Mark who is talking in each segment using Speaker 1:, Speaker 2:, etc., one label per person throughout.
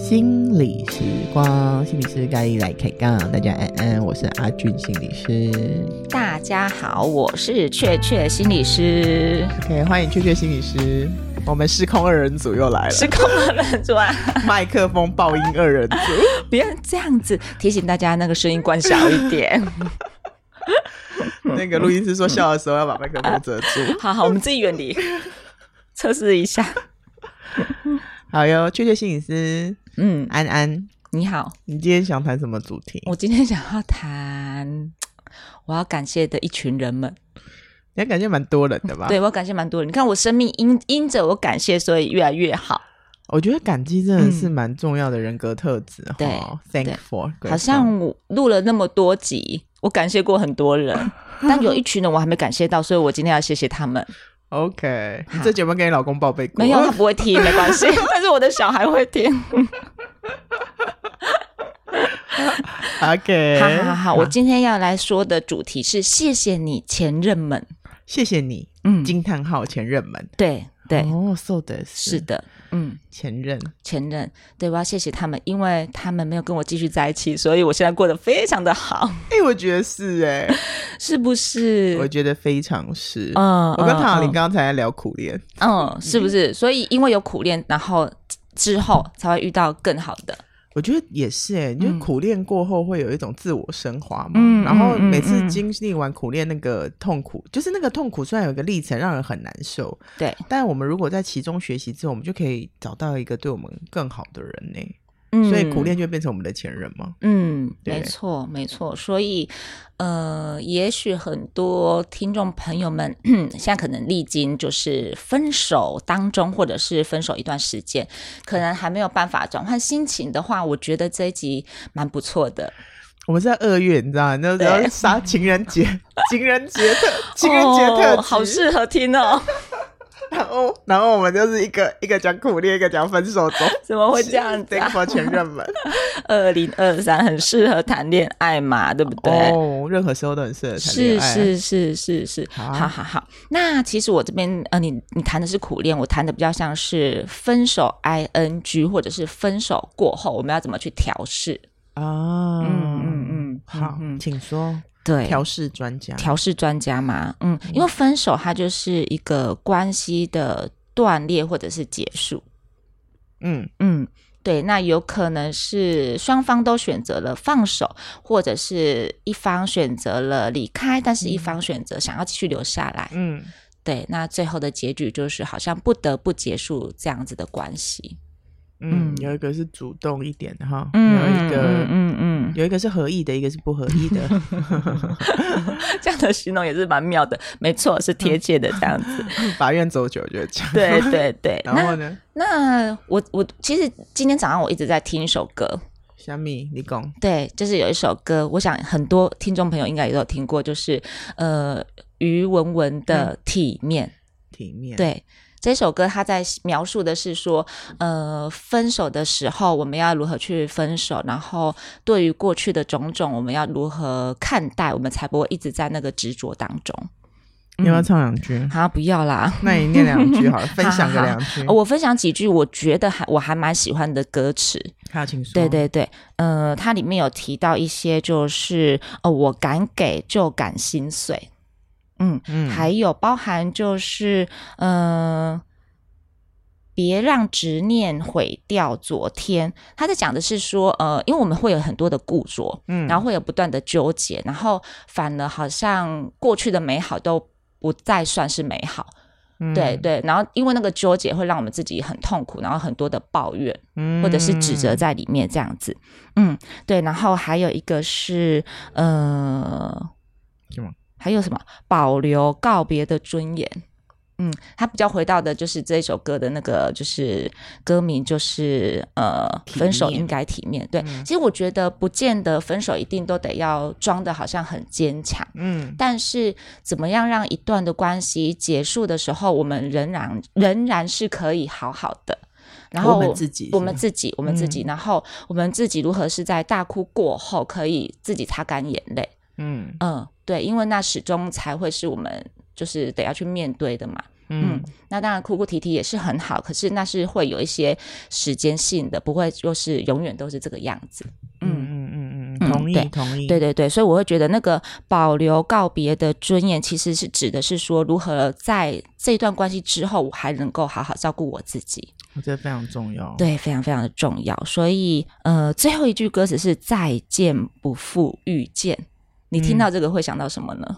Speaker 1: 心理时光，心理师咖喱来开杠，大家安安，我是阿俊心理师。
Speaker 2: 大家好，我是雀雀心理师，
Speaker 1: OK，欢迎雀雀心理师，我们失控二人组又来了，
Speaker 2: 失控了认出来，
Speaker 1: 麦克风爆音二 人组。
Speaker 2: 不要这样子提醒大家，那个声音关小一点。
Speaker 1: 那个录音师说笑的时候要把麦克风遮住。
Speaker 2: 好好，我们自己远离，测试一下。
Speaker 1: 好哟，雀雀心理师，
Speaker 2: 嗯，
Speaker 1: 安安，
Speaker 2: 你好，
Speaker 1: 你今天想谈什么主题？
Speaker 2: 我今天想要谈我要感谢的一群人们，
Speaker 1: 你还感觉蛮多人的吧？，
Speaker 2: 对我感谢蛮多人。你看我生命因因着我感谢，所以越来越好。
Speaker 1: 我觉得感激真的是蛮重要的人格特质哦哈。
Speaker 2: 嗯对
Speaker 1: t h a n k
Speaker 2: 对
Speaker 1: for，
Speaker 2: 好像我录了那么多集，我感谢过很多人，但有一群人我还没感谢到，所以我今天要谢谢他们。
Speaker 1: OK，你这节目跟你老公报备过？
Speaker 2: 没有，他不会听，没关系。 但是我的小孩会听。
Speaker 1: OK，
Speaker 2: 好哎好好，我今天要来说的主题是谢谢你前任们。
Speaker 1: 谢谢你，
Speaker 2: 嗯，
Speaker 1: 惊叹号前任们。
Speaker 2: 对对，
Speaker 1: 哦，so 的
Speaker 2: 是的，嗯，
Speaker 1: 前任，
Speaker 2: 前任，对，我要谢谢他们，因为他们没有跟我继续在一起，所以我现在过得非常的好，
Speaker 1: 哎，我觉得是哎，
Speaker 2: 是不
Speaker 1: 我
Speaker 2: 是？
Speaker 1: 觉得非常是。
Speaker 2: 嗯，
Speaker 1: 我跟
Speaker 2: 嗯
Speaker 1: 唐小林
Speaker 2: 嗯
Speaker 1: 刚才在聊苦恋，
Speaker 2: 嗯，是不是？所以因为有苦练，然后之后才会遇到更好的。
Speaker 1: 我觉得也是哎、欸，就是
Speaker 2: 嗯
Speaker 1: 苦练过后会有一种自我升华嘛。
Speaker 2: 嗯
Speaker 1: 然后
Speaker 2: 嗯嗯
Speaker 1: 每次
Speaker 2: 嗯
Speaker 1: 经历完苦练那个痛苦，就是那个痛苦虽然有一个历程让人很难受，
Speaker 2: 对，
Speaker 1: 但我们如果在其中学习之后，我们就可以找到一个对我们更好的人呢、
Speaker 2: 嗯，
Speaker 1: 所以苦练就会变成我们的前任嘛。
Speaker 2: 嗯，
Speaker 1: 对
Speaker 2: 没错，没错。所以，呃，也许很多听众朋友们现在可能历经就是分手当中，或者是分手一段时间，可能还没有办法转换心情的话，我觉得这一集蛮不错的。
Speaker 1: 我们是在二月，你知道吗？那时候
Speaker 2: 对
Speaker 1: 杀情人 节，情人节特情人节特辑、
Speaker 2: 哦、好适合听哦，
Speaker 1: 然后然后我们就是一个一个讲苦练，一个讲分手中，
Speaker 2: 怎么会这样子、啊？
Speaker 1: for 前任 们。
Speaker 2: 二零二三很适合谈恋爱嘛，对不对？
Speaker 1: 哦，任何时候都很适合谈恋
Speaker 2: 是
Speaker 1: 爱。
Speaker 2: 是是是是，
Speaker 1: 好啊
Speaker 2: 好好好。那其实我这边呃，你你谈的是苦恋，我谈的比较像是分手 I N G 或者是分手过后我们要怎么去调试。
Speaker 1: 啊，
Speaker 2: 嗯嗯嗯，
Speaker 1: 好，
Speaker 2: 嗯，嗯
Speaker 1: 请说
Speaker 2: 对。
Speaker 1: 调试专家。
Speaker 2: 调试专家嘛，嗯，因为分手它就是一个关系的断裂或者是结束，
Speaker 1: 嗯，
Speaker 2: 嗯，对，那有可能是双方都选择了放手，或者是一方选择了离开，但是一方选择想要继续留下来，
Speaker 1: 嗯，
Speaker 2: 对，那最后的结局就是好像不得不结束这样子的关系。
Speaker 1: 嗯，
Speaker 2: 嗯
Speaker 1: 有一个是主动一点的哈，有一
Speaker 2: 嗯
Speaker 1: 个
Speaker 2: 嗯嗯
Speaker 1: 有一个是合意的，一个是不合意的。
Speaker 2: 嗯， 这样的形容也是蛮妙的，没错，是贴切的这样子。
Speaker 1: 法院走久就这样。
Speaker 2: 对对对，
Speaker 1: 然后
Speaker 2: 那
Speaker 1: 呢，
Speaker 2: 那我我其实今天早上我一直在听一首歌，
Speaker 1: 小米，你讲
Speaker 2: 对，就是有一首歌，我想很多听众朋友应该也都有听过，就是呃于文文的《体面》。
Speaker 1: 体面。，
Speaker 2: 对，这首歌它在描述的是说，呃，分手的时候我们要如何去分手，然后对于过去的种种，我们要如何看待，我们才不会一直在那个执着当中。
Speaker 1: 你
Speaker 2: 嗯
Speaker 1: 要不要唱两句？
Speaker 2: 好、不要啦。呃
Speaker 1: 那你念两句 好了，分享个两句。
Speaker 2: 我分享几句我觉得还我还蛮喜欢的歌词，
Speaker 1: 好，请说。
Speaker 2: 对，对对，呃，它里面有提到一些就是哦，我敢给就敢心碎，嗯，
Speaker 1: 嗯，
Speaker 2: 还有包含就是，呃，别让执念毁掉昨天。他在讲的是说，呃，因为我们会有很多的固着，
Speaker 1: 嗯
Speaker 2: 然后会有不断的纠结，然后反而好像过去的美好都不再算是美好，
Speaker 1: 嗯
Speaker 2: 对，对。然后因为那个纠结会让我们自己很痛苦，然后很多的抱怨。
Speaker 1: 嗯
Speaker 2: 或者是指责在里面这样子。嗯，对。然后还有一个是呃，
Speaker 1: 什么？
Speaker 2: 还有什么？保留告别的尊严。嗯，他比较回到的就是这首歌的那个，就是歌名就是呃，
Speaker 1: 体
Speaker 2: 分手
Speaker 1: 面
Speaker 2: 应该体面对。
Speaker 1: 嗯
Speaker 2: 其实我觉得不见得分手一定都得要装的好像很坚强。
Speaker 1: 嗯
Speaker 2: 但是，怎么样让一段的关系结束的时候，我们仍然仍然是可以好好的。然后
Speaker 1: 我们自己是吗嗯
Speaker 2: 我们自己，我们自己，然后我们自己如何是在大哭过后可以自己擦干眼泪？
Speaker 1: 嗯
Speaker 2: 嗯，对，因为那始终才会是我们就是得要去面对的嘛。
Speaker 1: 嗯
Speaker 2: 那当然哭哭啼啼也是很好，可是那是会有一些时间性的，不会就是永远都是这个样子。嗯
Speaker 1: 嗯嗯嗯
Speaker 2: 嗯
Speaker 1: 嗯，同意
Speaker 2: 对
Speaker 1: 同意，
Speaker 2: 对对对，所以我会觉得那个保留告别的尊严，其实是指的是说如何在这段关系之后，我还能够好好照顾我自己。
Speaker 1: 我觉得非常重要。，
Speaker 2: 对，非常非常的重要。所以呃，最后一句歌词是“再见不复遇见”，你听
Speaker 1: 嗯
Speaker 2: 到这个会想到什么呢？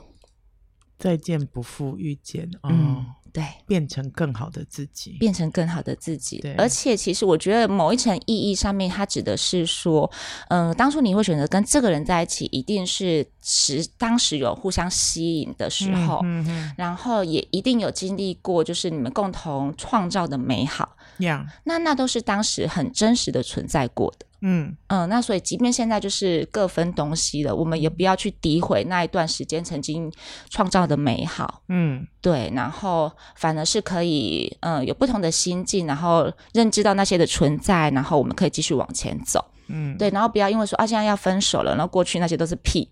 Speaker 1: 再见不负遇见哦，
Speaker 2: 嗯对，
Speaker 1: 变成更好的自己。
Speaker 2: 变成更好的自己
Speaker 1: 对。
Speaker 2: 而且，其实我觉得某一层意义上面，它指的是说，嗯、当初你会选择跟这个人在一起，一定是时当时有互相吸引的时候。
Speaker 1: 嗯嗯
Speaker 2: 然后也一定有经历过，就是你们共同创造的美好，
Speaker 1: 嗯，呀，
Speaker 2: 那那都是当时很真实的存在过的。
Speaker 1: 嗯
Speaker 2: 嗯，那所以即便现在就是各分东西了，我们也不要去诋毁那一段时间曾经创造的美好。
Speaker 1: 嗯
Speaker 2: 对，然后反而是可以，嗯，有不同的心境，然后认知到那些的存在，然后我们可以继续往前走。
Speaker 1: 嗯，
Speaker 2: 对，然后不要因为说啊，现在要分手了，然后过去那些都是屁，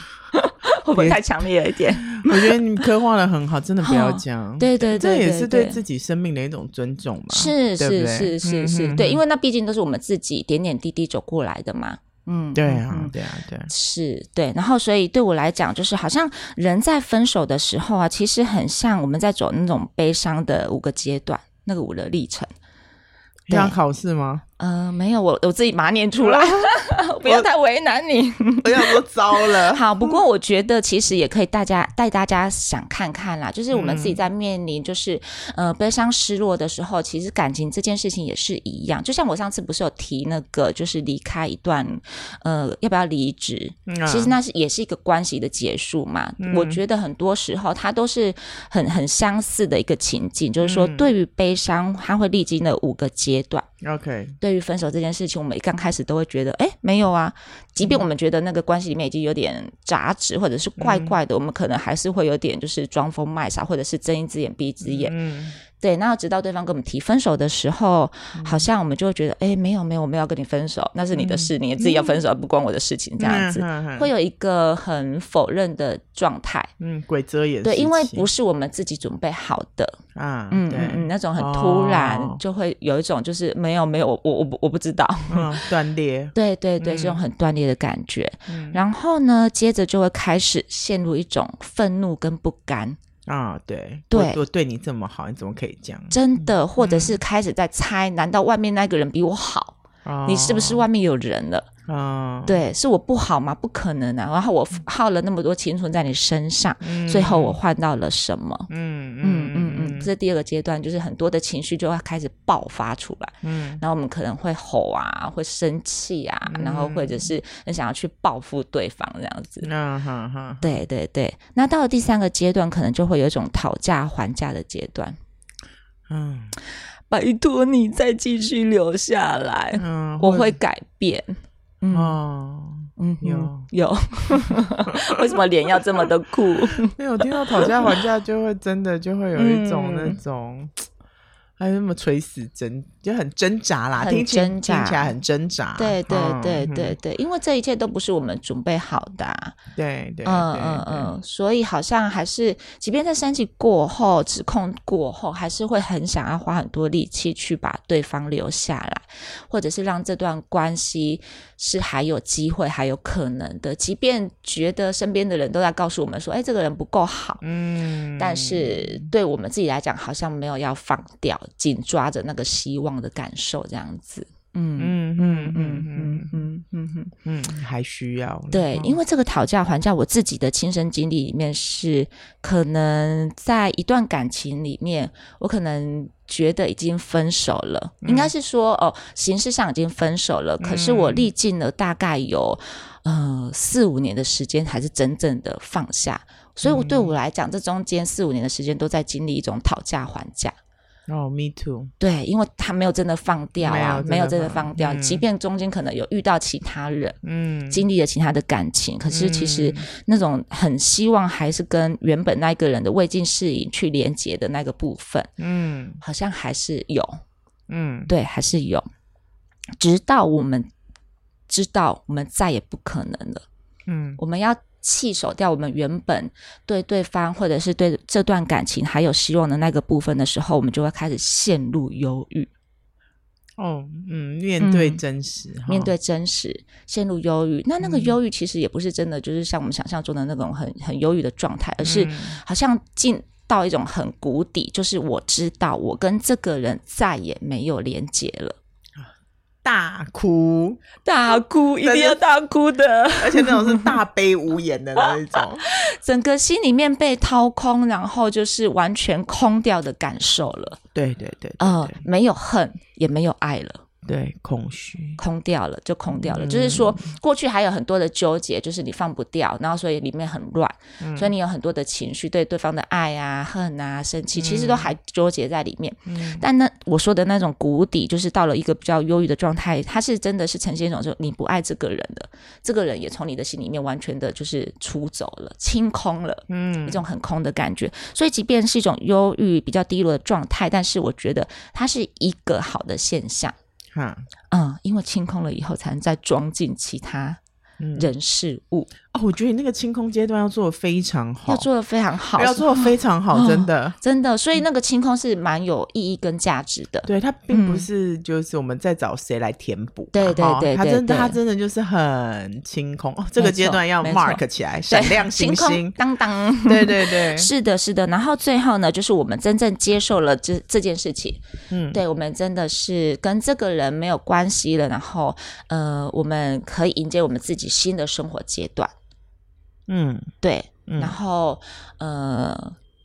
Speaker 2: 会不会太强烈了 一点？
Speaker 1: 我觉得你刻画的很好，真的不 要
Speaker 2: 哦
Speaker 1: 讲。
Speaker 2: 对对
Speaker 1: 这
Speaker 2: 对，
Speaker 1: 也是
Speaker 2: 对
Speaker 1: 对自己生命的一种尊重嘛，
Speaker 2: 是
Speaker 1: 对不对
Speaker 2: 是
Speaker 1: 嗯
Speaker 2: 是是是，对，因为那毕竟都是我们自己点点滴滴走过来的嘛。嗯，
Speaker 1: 对
Speaker 2: 嗯
Speaker 1: 啊
Speaker 2: 嗯，
Speaker 1: 对啊，对啊，
Speaker 2: 是对，然后所以对我来讲，就是好像人在分手的时候啊，其实很像我们在走那种悲伤的五个阶段，那个五的历程。对
Speaker 1: 要考试 吗？
Speaker 2: 呃，没有，我我自己把它念出来， 不要太为难你。
Speaker 1: 我想说糟了，
Speaker 2: 好，不过我觉得其实也可以大家带大家想看看啦，就是我们
Speaker 1: 嗯
Speaker 2: 自己在面临就是、呃悲伤失落的时候，其实感情这件事情也是一样。就像我上次不是有提那个，就是离开一段呃要不要离职，
Speaker 1: 嗯啊
Speaker 2: 其实那是也是一个关系的结束嘛。我觉得很多时候它都是很很相似的一个情境，就是说
Speaker 1: 嗯
Speaker 2: 对于悲伤，它会历经了五个阶段。
Speaker 1: OK，
Speaker 2: 对于分手这件事情，我们一刚开始都会觉得，哎，没有啊。即
Speaker 1: 嗯
Speaker 2: 便我们觉得那个关系里面已经有点杂质或者是怪
Speaker 1: 嗯
Speaker 2: 怪的，我们可能还是会有点就是装疯卖傻，或者是睁一只眼闭一只眼。
Speaker 1: 嗯，
Speaker 2: 对，然后直到对方跟我们提分手的时候，
Speaker 1: 嗯
Speaker 2: 好像我们就会觉得，哎，没有没有，我没有要跟你分手，那是你的事，你自己要分手，不关我的事情，这样子。
Speaker 1: 嗯
Speaker 2: 会，有一个很否认的状态，
Speaker 1: 嗯，鬼遮眼事情，
Speaker 2: 对，因为不是我们自己准备好的，
Speaker 1: 啊，
Speaker 2: 嗯
Speaker 1: 对
Speaker 2: 嗯嗯，那种很突然，
Speaker 1: 哦
Speaker 2: 就会有一种就是没有没有，我我我不我不知道，
Speaker 1: 嗯，断裂，
Speaker 2: 对对对，
Speaker 1: 嗯
Speaker 2: 这种很断裂的感觉。
Speaker 1: 嗯
Speaker 2: 然后呢，接着就会开始陷入一种愤怒跟不甘，
Speaker 1: 啊，对，
Speaker 2: 对
Speaker 1: 我我对你这么好，你怎么可以这样？
Speaker 2: 真
Speaker 1: 嗯
Speaker 2: 的，或者是开始在猜，难道外面那个人比我好？
Speaker 1: 哦
Speaker 2: 你是不是外面有人了？
Speaker 1: 啊？
Speaker 2: 对，是我不好吗？不可能啊！然后我耗了那么多青春在你身上，
Speaker 1: 嗯
Speaker 2: 最后我换到了什么？
Speaker 1: 嗯
Speaker 2: 嗯
Speaker 1: 嗯
Speaker 2: 嗯嗯，这第二个阶段就是很多的情绪就会开始爆发出来，
Speaker 1: 嗯
Speaker 2: 然后我们可能会吼啊，会生气啊，然后或者是很想要去报复对方这样子。
Speaker 1: 嗯，啊哈哈，
Speaker 2: 对对对，那到了第三个阶段，可能就会有一种讨价还价的阶段。
Speaker 1: 嗯
Speaker 2: 拜托你再继续留下来，
Speaker 1: 嗯，
Speaker 2: 哎我会改变。嗯、
Speaker 1: 哦。
Speaker 2: 嗯哼，
Speaker 1: 有
Speaker 2: 有， 为什么脸要这么的 酷？
Speaker 1: 因为我听到讨价还价，就会真的就会有一种那
Speaker 2: 嗯
Speaker 1: 种，还有那么垂死挣，就很挣扎啦，
Speaker 2: 很
Speaker 1: 听起
Speaker 2: 挣扎
Speaker 1: 听起来很挣扎。
Speaker 2: 对对
Speaker 1: 嗯
Speaker 2: 对
Speaker 1: 嗯
Speaker 2: 对对，因为这一切都不是我们准备好的、啊。
Speaker 1: 对对，
Speaker 2: 嗯
Speaker 1: 对
Speaker 2: 嗯，嗯，所以好像还是，即便在生气过后、指控过后，还是会很想要花很多力气去把对方留下来，或者是让这段关系是还有机会、还有可能的。即便觉得身边的人都在告诉我们说：“哎，这个人不够好。”
Speaker 1: 嗯，
Speaker 2: 但是对我们自己来讲，好像没有要放掉，紧抓着那个希望的感受，这样子。嗯
Speaker 1: 嗯嗯
Speaker 2: 嗯
Speaker 1: 嗯
Speaker 2: 嗯
Speaker 1: 嗯
Speaker 2: 嗯嗯嗯。
Speaker 1: 嗯，还需要了
Speaker 2: 对，因为这个讨价还价，我自己的亲身经历里面是，可能在一段感情里面，我可能觉得已经分手了，
Speaker 1: 嗯
Speaker 2: 应该是说哦，形式上已经分手了，可是我
Speaker 1: 嗯
Speaker 2: 历尽了大概有呃四五年的时间，还是真正的放下。所以，我
Speaker 1: 嗯
Speaker 2: 对我来讲，这中间四五年的时间都在经历一种讨价还价。
Speaker 1: 哦，me too，
Speaker 2: 对，因为他没有真的放掉啊，
Speaker 1: 没
Speaker 2: 没
Speaker 1: 有
Speaker 2: 有
Speaker 1: 真
Speaker 2: 真
Speaker 1: 的
Speaker 2: 的
Speaker 1: 放
Speaker 2: 放掉，
Speaker 1: 嗯
Speaker 2: 即便中间可能有遇到其他人，
Speaker 1: 嗯，
Speaker 2: 经历了其他的感情，可是其实那种很希望还是跟原本那个人的未尽事宜去连接的那个部分，
Speaker 1: 嗯
Speaker 2: 好像还是有，
Speaker 1: 嗯
Speaker 2: 对，还是有，直到我们知道我们再也不可能了，
Speaker 1: 嗯
Speaker 2: 我们要弃守掉我们原本对对方或者是对这段感情还有希望的那个部分的时候，我们就会开始陷入忧郁。
Speaker 1: 哦，嗯，面对
Speaker 2: 嗯
Speaker 1: 真实，哈
Speaker 2: 面对真实，陷入忧郁。那那
Speaker 1: 嗯
Speaker 2: 个忧郁其实也不是真的，就是像我们想象中的那种很很忧郁的状态，而是
Speaker 1: 嗯
Speaker 2: 好像进到一种很谷底，就是我知道我跟这个人再也没有连接了，
Speaker 1: 大哭，
Speaker 2: 大哭一
Speaker 1: 定要
Speaker 2: 大哭的，
Speaker 1: 而且那种是大悲无言的那一种。
Speaker 2: 整个心里面被掏空，然后就是完全空掉的感受了，
Speaker 1: 对对对，
Speaker 2: 呃
Speaker 1: 对，
Speaker 2: 没有恨，也没有爱了。
Speaker 1: 对空虚，
Speaker 2: 空掉了，就空掉了。
Speaker 1: 嗯
Speaker 2: 就是说，过去还有很多的纠结，就是你放不掉，然后所以里面很乱，
Speaker 1: 嗯
Speaker 2: 所以你有很多的情绪，对对方的爱啊、恨啊、生气，其实都还纠结在里面。
Speaker 1: 嗯
Speaker 2: 但那我说的那种谷底，就是到了一个比较忧郁的状态，它是真的是呈现一种，就你不爱这个人了，这个人也从你的心里面完全的就是出走了，清空了。
Speaker 1: 嗯
Speaker 2: 一种很空的感觉，所以即便是一种忧郁、比较低落的状态，但是我觉得它是一个好的现象。
Speaker 1: 哈，
Speaker 2: 嗯，因为清空了以后，才能再装进其他
Speaker 1: 嗯
Speaker 2: 人事物，
Speaker 1: 哦，我觉得你那个清空阶段要做的非常好，
Speaker 2: 要做的非常好，
Speaker 1: 要做的嗯非常好，
Speaker 2: 哦
Speaker 1: 真的。
Speaker 2: 真的，所以那个清空是蛮有意义跟价值的。
Speaker 1: 对，它并不
Speaker 2: 嗯
Speaker 1: 是就是我们在找谁来填补嘛，
Speaker 2: 对对
Speaker 1: 哈
Speaker 2: 对
Speaker 1: 它
Speaker 2: 对
Speaker 1: 真的
Speaker 2: 对
Speaker 1: 它真的就是很清空哦，这个
Speaker 2: 没
Speaker 1: 阶
Speaker 2: 错
Speaker 1: 段要
Speaker 2: 没错
Speaker 1: mark 起来，闪亮星
Speaker 2: 清空
Speaker 1: 星，
Speaker 2: 当当，
Speaker 1: 对对对，
Speaker 2: 是的，是的。然后最后呢，就是我们真正接受了这这件事情，
Speaker 1: 嗯，
Speaker 2: 对我们真的是跟这个人没有关系了。然后，呃，我们可以迎接我们自己新的生活阶段。
Speaker 1: 嗯
Speaker 2: 对，
Speaker 1: 嗯
Speaker 2: 然后呃，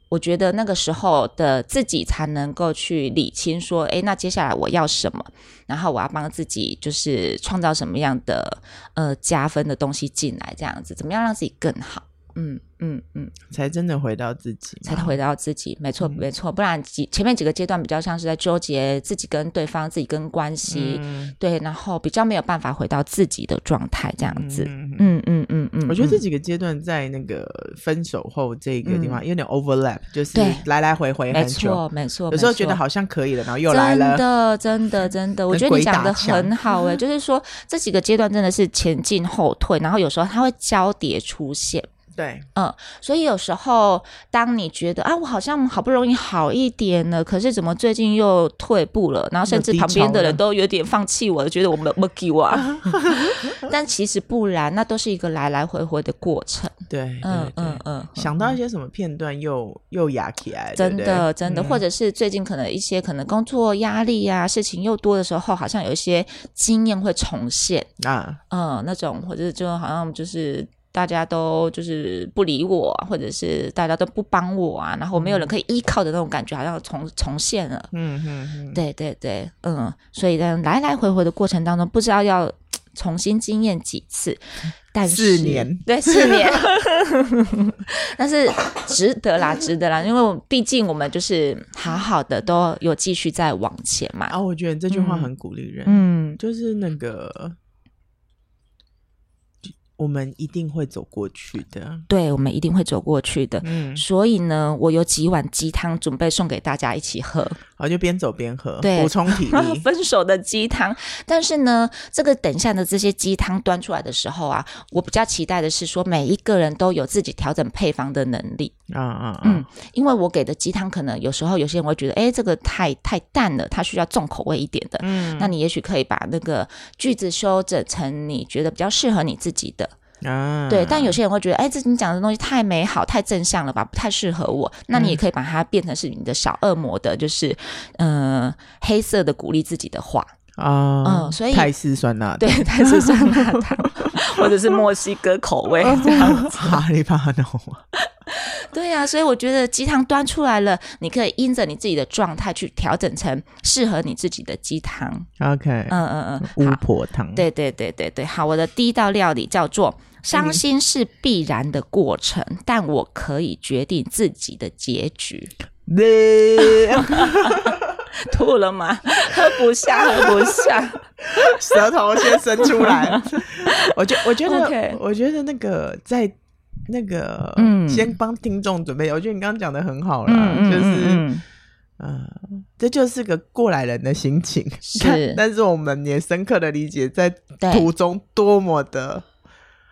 Speaker 2: 我觉得那个时候的自己才能够去理清说，诶，那接下来我要什么，然后我要帮自己就是创造什么样的呃加分的东西进来，这样子，怎么样让自己更好？嗯嗯嗯，
Speaker 1: 才真的回到自己嘛，
Speaker 2: 才回到自己，没错
Speaker 1: 啊嗯
Speaker 2: 没错，不然几前面几个阶段比较像是在纠结自己跟对方、自己跟关系，
Speaker 1: 嗯
Speaker 2: 对，然后比较没有办法回到自己的状态这样子。
Speaker 1: 嗯嗯
Speaker 2: 嗯嗯嗯嗯，
Speaker 1: 我觉得
Speaker 2: 嗯
Speaker 1: 这几个阶段在那个分手后这个地方有点 overlap，就是
Speaker 2: 嗯对
Speaker 1: 来来回回
Speaker 2: 没
Speaker 1: 很久，
Speaker 2: 错没错，
Speaker 1: 有时候觉
Speaker 2: 没
Speaker 1: 得
Speaker 2: 错
Speaker 1: 好像可以了，然后又来了
Speaker 2: 真，的，真的，真的，我
Speaker 1: 跟
Speaker 2: 觉得
Speaker 1: 鬼
Speaker 2: 你讲
Speaker 1: 打
Speaker 2: 的
Speaker 1: 墙
Speaker 2: 很好 哎、就是说这几个阶段真的是前进后退，然后有时候它会交叠出现。
Speaker 1: 对，
Speaker 2: 所以有时候，当你觉得啊，我好像好不容易好一点了，可是怎么最近又退步了？然后甚至
Speaker 1: 又低
Speaker 2: 旁
Speaker 1: 潮
Speaker 2: 边的
Speaker 1: 了
Speaker 2: 人都有点放弃我，觉得我们 m u 我啊。但其实不然，那都是一个来来回回的过程。
Speaker 1: 对，对
Speaker 2: 嗯
Speaker 1: 对
Speaker 2: 嗯嗯，嗯
Speaker 1: 想到一些什么片段又又压起来，对
Speaker 2: 真
Speaker 1: 不对
Speaker 2: 的，真的，
Speaker 1: 嗯
Speaker 2: 或者是最近可能一些可能工作压力啊，事情又多的时候，好像有一些经验会重现，
Speaker 1: 啊，
Speaker 2: 嗯，那种或者就好像就是大家都就是不理我啊，或者是大家都不帮我啊，然后没有人可以依靠的那种感觉，好像重重现了。
Speaker 1: 嗯嗯嗯，
Speaker 2: 对对对，嗯，所以在来来回回的过程当中，不知道要重新经验几次，但是
Speaker 1: 四年
Speaker 2: 对四年， 但是值得啦，值得啦，因为我毕竟我们就是好好的都有继续在往前嘛，
Speaker 1: 啊，我觉得这句话很鼓励人，
Speaker 2: 嗯，
Speaker 1: 就是那个。我们一定会走过去的，
Speaker 2: 对，我们一定会走过去的。
Speaker 1: 嗯，
Speaker 2: 所以呢，我有几碗鸡汤准备送给大家一起喝。
Speaker 1: 好，就边走边喝，
Speaker 2: 对
Speaker 1: 补充体 力，
Speaker 2: 分手的鸡汤。但是呢，这个等一下的这些鸡汤端出来的时候啊，我比较期待的是说，每一个人都有自己调整配方的能力。
Speaker 1: 啊啊，
Speaker 2: 嗯
Speaker 1: 嗯，，
Speaker 2: 因为我给的鸡汤可能有时候有些人会觉得，哎，这个太太淡了，它需要重口味一点的。
Speaker 1: 嗯
Speaker 2: 那你也许可以把那个句子修整成你觉得比较适合你自己的，
Speaker 1: 啊，
Speaker 2: 对。但有些人会觉得，哎，这你讲的东西太美好、太正向了吧，不太适合我。那你也可以把它变成是你的小恶魔的，就是呃黑色的鼓励自己的话。
Speaker 1: 啊，
Speaker 2: 嗯所以
Speaker 1: 泰式酸辣
Speaker 2: 对，但是酸辣汤 或者是墨西哥口味这样。
Speaker 1: 哈利巴诺，
Speaker 2: 对呀、所以我觉得鸡汤端出来了，你可以因着你自己的状态去调整成适合你自己的鸡汤。
Speaker 1: 啊 OK，
Speaker 2: 嗯嗯
Speaker 1: 巫
Speaker 2: 嗯，好，
Speaker 1: 婆汤，，
Speaker 2: 对对对对对，好，我的第一道料理叫做。伤心是必然的过程，但我可以决定自己的结局。 吐了 吗？喝不下，喝不下。
Speaker 1: 舌头先伸出 来。我觉我觉得
Speaker 2: OK
Speaker 1: 我觉得那个在那个，
Speaker 2: 嗯
Speaker 1: 先帮听众准备。我觉得你刚刚讲的很好啦，
Speaker 2: 嗯，
Speaker 1: 就
Speaker 2: 嗯
Speaker 1: 是。
Speaker 2: 嗯
Speaker 1: 呃，这就是个过来人的心情，
Speaker 2: 是
Speaker 1: 但但是我们也深刻的理解，在
Speaker 2: 对
Speaker 1: 途中多么的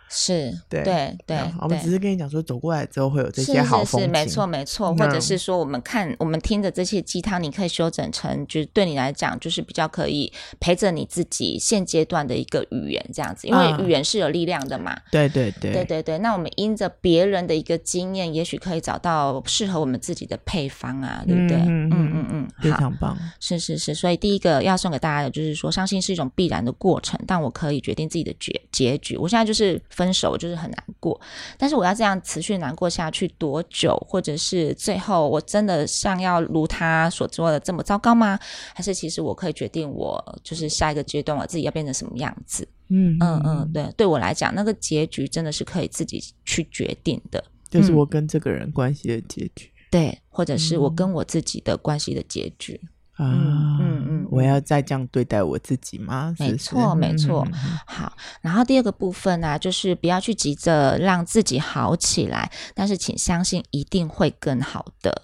Speaker 2: 是，
Speaker 1: 对
Speaker 2: 对对
Speaker 1: 然后我们只是跟你讲说，走过来之后会有这
Speaker 2: 是
Speaker 1: 些好
Speaker 2: 是
Speaker 1: 风
Speaker 2: 是，
Speaker 1: 景，
Speaker 2: 没错没错，
Speaker 1: 那
Speaker 2: 或者是说我们看我们听着这些鸡汤，你可以修整成，就是对你来讲就是比较可以陪着你自己现阶段的一个语言这样子，因
Speaker 1: 嗯
Speaker 2: 为语言是有力量的嘛。
Speaker 1: 对对对
Speaker 2: 对对对，那我们因着别人的一个经验，也许可以找到适合我们自己的配方啊，对不对？
Speaker 1: 嗯嗯
Speaker 2: 嗯嗯嗯
Speaker 1: 非
Speaker 2: 好，
Speaker 1: 常棒。
Speaker 2: 是是是，所以第一个要送给大家的就是说，伤心是一种必然的过程，但我可以决定自己的结结局。我现在就是分手，我就是很难过，但是我要这样持续难过下去多久，或者是最后我真的像要如他所说的这么糟糕吗？还是其实我可以决定我就是下一个阶段我自己要变成什么样子？
Speaker 1: 嗯
Speaker 2: 嗯嗯，，对，对我来讲，那个结局真的是可以自己去决定的，
Speaker 1: 就是
Speaker 2: 嗯
Speaker 1: 我跟这个人关系的结局
Speaker 2: 对，或者是
Speaker 1: 嗯
Speaker 2: 我跟我自己的关系的结局，
Speaker 1: 啊。
Speaker 2: 嗯嗯嗯
Speaker 1: 我要再这样对待我自己吗？是
Speaker 2: 没
Speaker 1: 不是
Speaker 2: 错没错
Speaker 1: 嗯嗯嗯嗯
Speaker 2: 好，然后第二个部分呢、就是不要去急着让自己好起来，但是请相信一定会更好的。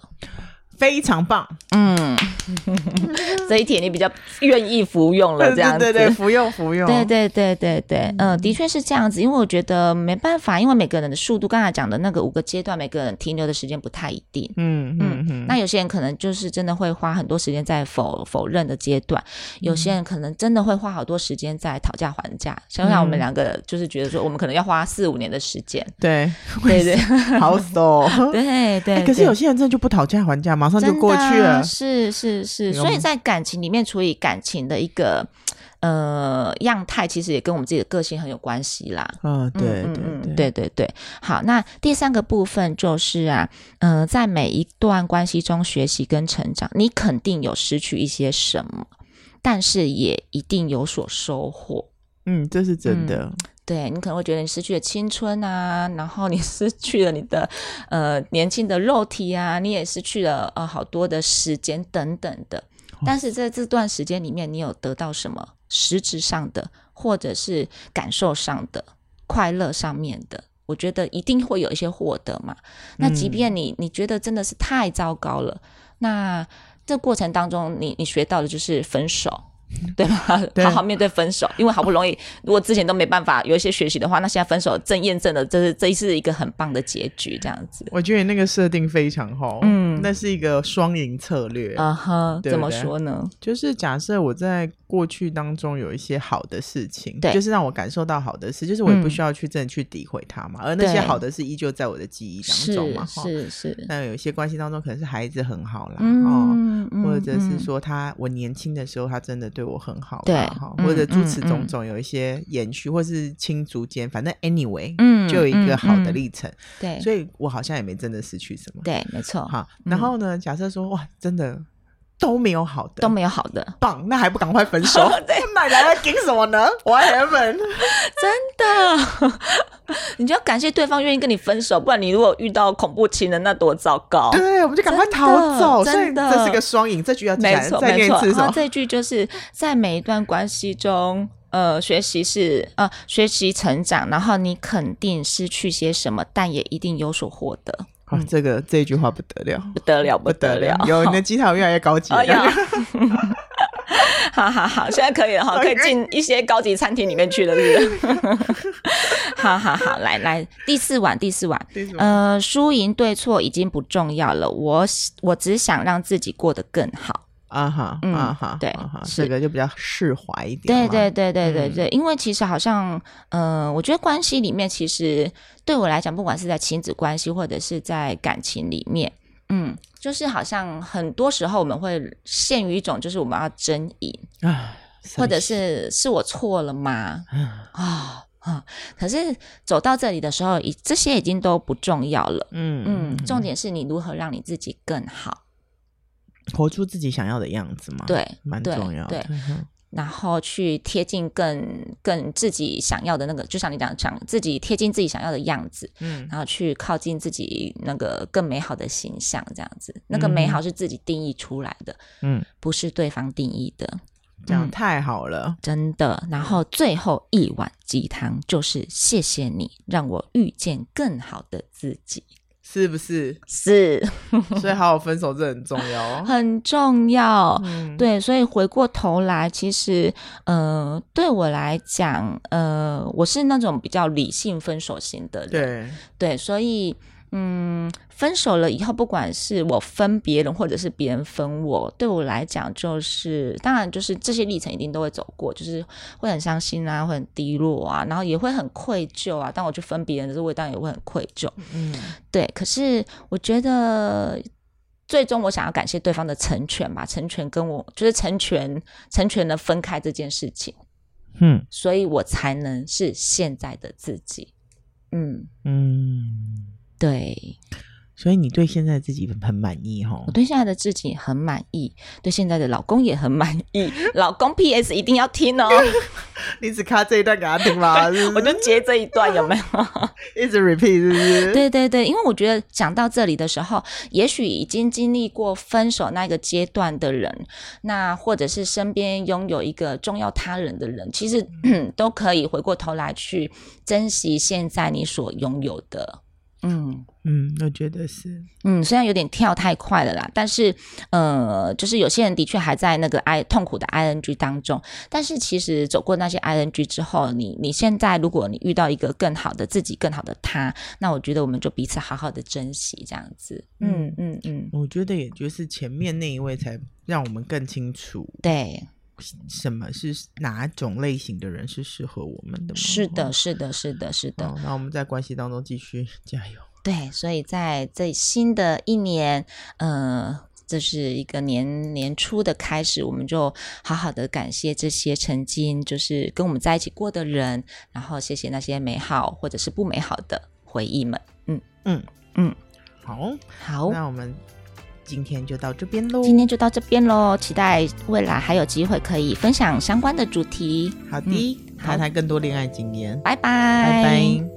Speaker 1: 非常棒。
Speaker 2: 嗯， 这一题你比较愿意服用了，这样子。
Speaker 1: 对对对，服用服用，
Speaker 2: 对对对对对，嗯、的确是这样子，因为我觉得没办法，因为每个人的速度，刚才讲的那个五个阶段，每个人停留的时间不太一定。
Speaker 1: 嗯嗯嗯，
Speaker 2: 那有些人可能就是真的会花很多时间在否否认的阶段，有些
Speaker 1: 嗯
Speaker 2: 人可能真的会花好多时间在讨价还价。想想我
Speaker 1: 嗯
Speaker 2: 们两个，就是觉得说，我们可能要花四五年的时间。
Speaker 1: 对，
Speaker 2: 对对
Speaker 1: 好手。
Speaker 2: 对对、
Speaker 1: 哎可是有些人真的就不讨价还价，马上
Speaker 2: 对
Speaker 1: 就过去
Speaker 2: 真的啊
Speaker 1: 了。
Speaker 2: 是是是，
Speaker 1: 有
Speaker 2: 所以在感情里面处理感情的一个呃样态，其实也跟我们自己的个性很有关系啦。
Speaker 1: 嗯，对
Speaker 2: 嗯嗯
Speaker 1: 对
Speaker 2: 嗯，对对对，好，那第三个部分就是啊，嗯、在每一段关系中学习跟成长，你肯定有失去一些什么，但是也一定有所收获。
Speaker 1: 嗯，这是真的。
Speaker 2: 对你可能会觉得你失去了青春啊，然后你 失去了你的呃年轻的肉体啊，你也失去了呃好多的时间等等的。
Speaker 1: 嗯
Speaker 2: 但是在这段时间里面，你有得到什么实质上的，或者是感受上的、快乐上面的？我觉得一定会有一些获得嘛。那即
Speaker 1: 嗯
Speaker 2: 便你你觉得真的是太糟糕了，那这过程当中你，你学到的就是分手。对吧？
Speaker 1: 对
Speaker 2: 好好面对分手，因为好不容易，如果之前都没办法有一些学习的话，那现在分手正验证了，这是这是一个很棒的结局，这样子。
Speaker 1: 我觉得那个设定非常好，
Speaker 2: 嗯
Speaker 1: 那是一个双赢策略。
Speaker 2: 啊哈，
Speaker 1: 对
Speaker 2: 怎么
Speaker 1: 对
Speaker 2: 说呢？
Speaker 1: 就是假设我在过去当中有一些好的事情，
Speaker 2: 对
Speaker 1: 就是让我感受到好的事，就是我也不
Speaker 2: 嗯
Speaker 1: 需要去真的去诋毁它嘛，而那些
Speaker 2: 对
Speaker 1: 好的事依旧在我的记忆当中
Speaker 2: 是
Speaker 1: 嘛，哈。
Speaker 2: 是是，
Speaker 1: 那有一些关系当中可能是孩子很好啦，哦。
Speaker 2: 嗯，嗯
Speaker 1: 或者是
Speaker 2: 嗯
Speaker 1: 说他，我年轻的时候他真的对我很好啦，
Speaker 2: 对
Speaker 1: 哈，
Speaker 2: 嗯
Speaker 1: 或者诸此
Speaker 2: 嗯
Speaker 1: 种
Speaker 2: 嗯
Speaker 1: 种有一些延续，或是亲族间，反正 anyway，
Speaker 2: 嗯
Speaker 1: 就有一个
Speaker 2: 嗯
Speaker 1: 好的
Speaker 2: 嗯
Speaker 1: 历程，
Speaker 2: 对
Speaker 1: 所以我好像也没真的失去什么。
Speaker 2: 对，没哦错，
Speaker 1: 好，然后呢，假设说哇，真的都没有好的，
Speaker 2: 都没有好的，
Speaker 1: 棒，那还不赶快分 手？那你还在顶什么呢？Whatever，
Speaker 2: 真的，啊 你就要感谢对方愿意跟你分手，不然你如果遇到恐怖情人，那多糟糕。
Speaker 1: 对，我们就赶快逃走。所以
Speaker 2: 哦真的
Speaker 1: 这是个双赢，这局要
Speaker 2: 没
Speaker 1: 再
Speaker 2: 错，
Speaker 1: 再
Speaker 2: 没
Speaker 1: 念一
Speaker 2: 错。啊
Speaker 1: 次
Speaker 2: 然
Speaker 1: 什
Speaker 2: 后
Speaker 1: 么？
Speaker 2: 这句就是在每一段关系中，呃，学习是呃，学习成长，然后你肯定失去些什么，但也一定有所获得，
Speaker 1: 啊，这个这一句话不得了，
Speaker 2: 不得了，
Speaker 1: 不
Speaker 2: 得了，
Speaker 1: 有你的鸡汤越来越高级
Speaker 2: 哎呀
Speaker 1: 了。，
Speaker 2: 好好好，现在可以了哈，可以进一些高级餐厅里面去了，是不是？ 好好好，来来，第四碗，第四碗，
Speaker 1: 第四
Speaker 2: 呃，输赢对错已经不重要了，我我只想让自己过得更好。
Speaker 1: 啊哈，
Speaker 2: 嗯
Speaker 1: 啊哈，
Speaker 2: 对
Speaker 1: 啊哈，
Speaker 2: 是
Speaker 1: 这个就比较释怀一点
Speaker 2: 对
Speaker 1: 嘛。
Speaker 2: 对对对对
Speaker 1: 嗯
Speaker 2: 对，因为其实好像，呃，我觉得关系里面，其实对我来讲，不管是在亲子关系或者是在感情里面，嗯，就是好像很多时候我们会陷于一种，就是我们要争赢，
Speaker 1: 对，啊，
Speaker 2: 或者是是我错了吗？
Speaker 1: 啊
Speaker 2: 啊、啊！可是走到这里的时候，已这些已经都不重要了。
Speaker 1: 嗯
Speaker 2: 嗯，重点是你如何让你自己更好，
Speaker 1: 活出自己想要的样子嘛，，
Speaker 2: 对，
Speaker 1: 啊蛮
Speaker 2: 对
Speaker 1: 重要的。嗯
Speaker 2: 对然后去贴近更更自己想要的那个，就像你讲讲自己贴近自己想要的样子，
Speaker 1: 嗯
Speaker 2: 然后去靠近自己那个更美好的形象，这样子，那个美好是自己定义出来的，
Speaker 1: 嗯，
Speaker 2: 不是对方定义的，
Speaker 1: 这样
Speaker 2: 嗯
Speaker 1: 太好了。
Speaker 2: 真的。然后最后一碗鸡汤就是谢谢你，让我遇见更好的自己。
Speaker 3: 是不是？
Speaker 2: 是
Speaker 3: 所以好好分手这很重要哦。
Speaker 2: 很重要。
Speaker 3: 嗯，
Speaker 2: 对，所以回过头来，其实，呃，对我来讲，呃，我是那种比较理性分手型的人，
Speaker 3: 对，
Speaker 2: 对，所以，嗯，分手了以后，不管是我分别人，或者是别人分我，对我来讲，就是当然就是这些历程一定都会走过，就是会很伤心啊，会很低落啊，然后也会很愧疚啊。当我去分别人的时候，我当然也会很愧疚，
Speaker 3: 嗯，
Speaker 2: 对，可是我觉得最终我想要感谢对方的成全吧，成全跟我就是成全成全了分开这件事情，
Speaker 1: 嗯
Speaker 2: 所以我才能是现在的自己。嗯，
Speaker 1: 嗯，
Speaker 2: 对
Speaker 1: 所以你对现在自己很满意哈
Speaker 2: 我？对现在的自己很满意，对现在的老公也很满意。老公 PS 一定要听哦，
Speaker 3: 你只卡这一段给他听吗？是不
Speaker 2: 我
Speaker 3: 是
Speaker 2: 就接这一段有没 有？
Speaker 3: 一直 repeat 是不是？
Speaker 2: 对对对，因为我觉得讲到这里的时候，也许已经经历过分手那个阶段的人，那或者是身边拥有一个重要他人的人，其实 都可以回过头来去珍惜现在你所拥有的。嗯
Speaker 1: 嗯，我觉得是。
Speaker 2: 嗯，虽然有点跳太快了啦，但是呃，就是有些人的确还在那个 i 痛苦的 ing 当中，但是其实走过那些 ing 之后，你你现在如果你遇到一个更好的自己、更好的他，那我觉得我们就彼此好好的珍惜这样子。嗯嗯嗯，
Speaker 1: 我觉得也就是前面那一位才让我们更清楚
Speaker 2: 对，
Speaker 1: 什么是哪种类型的人是适合我们的嘛。
Speaker 2: 是的，
Speaker 1: 哦，
Speaker 2: 是的，是的，是的，
Speaker 1: 好，那我们在关系当中继续加油。
Speaker 2: 对。所以在这新的一年，呃。这是一个年年初的开始，我们就好好的感谢这些曾经就是跟我们在一起过的人，然后谢谢那些美好或者是不美好的回忆们。嗯，
Speaker 1: 好，
Speaker 2: 好，
Speaker 1: 那我们今天就到这边喽。
Speaker 2: 今天就到这边喽，期待未来还有机会可以分享相关的主题。
Speaker 1: 好的，
Speaker 2: 嗯好
Speaker 1: 谈谈更多恋爱经验。
Speaker 2: 拜拜，
Speaker 1: 拜拜。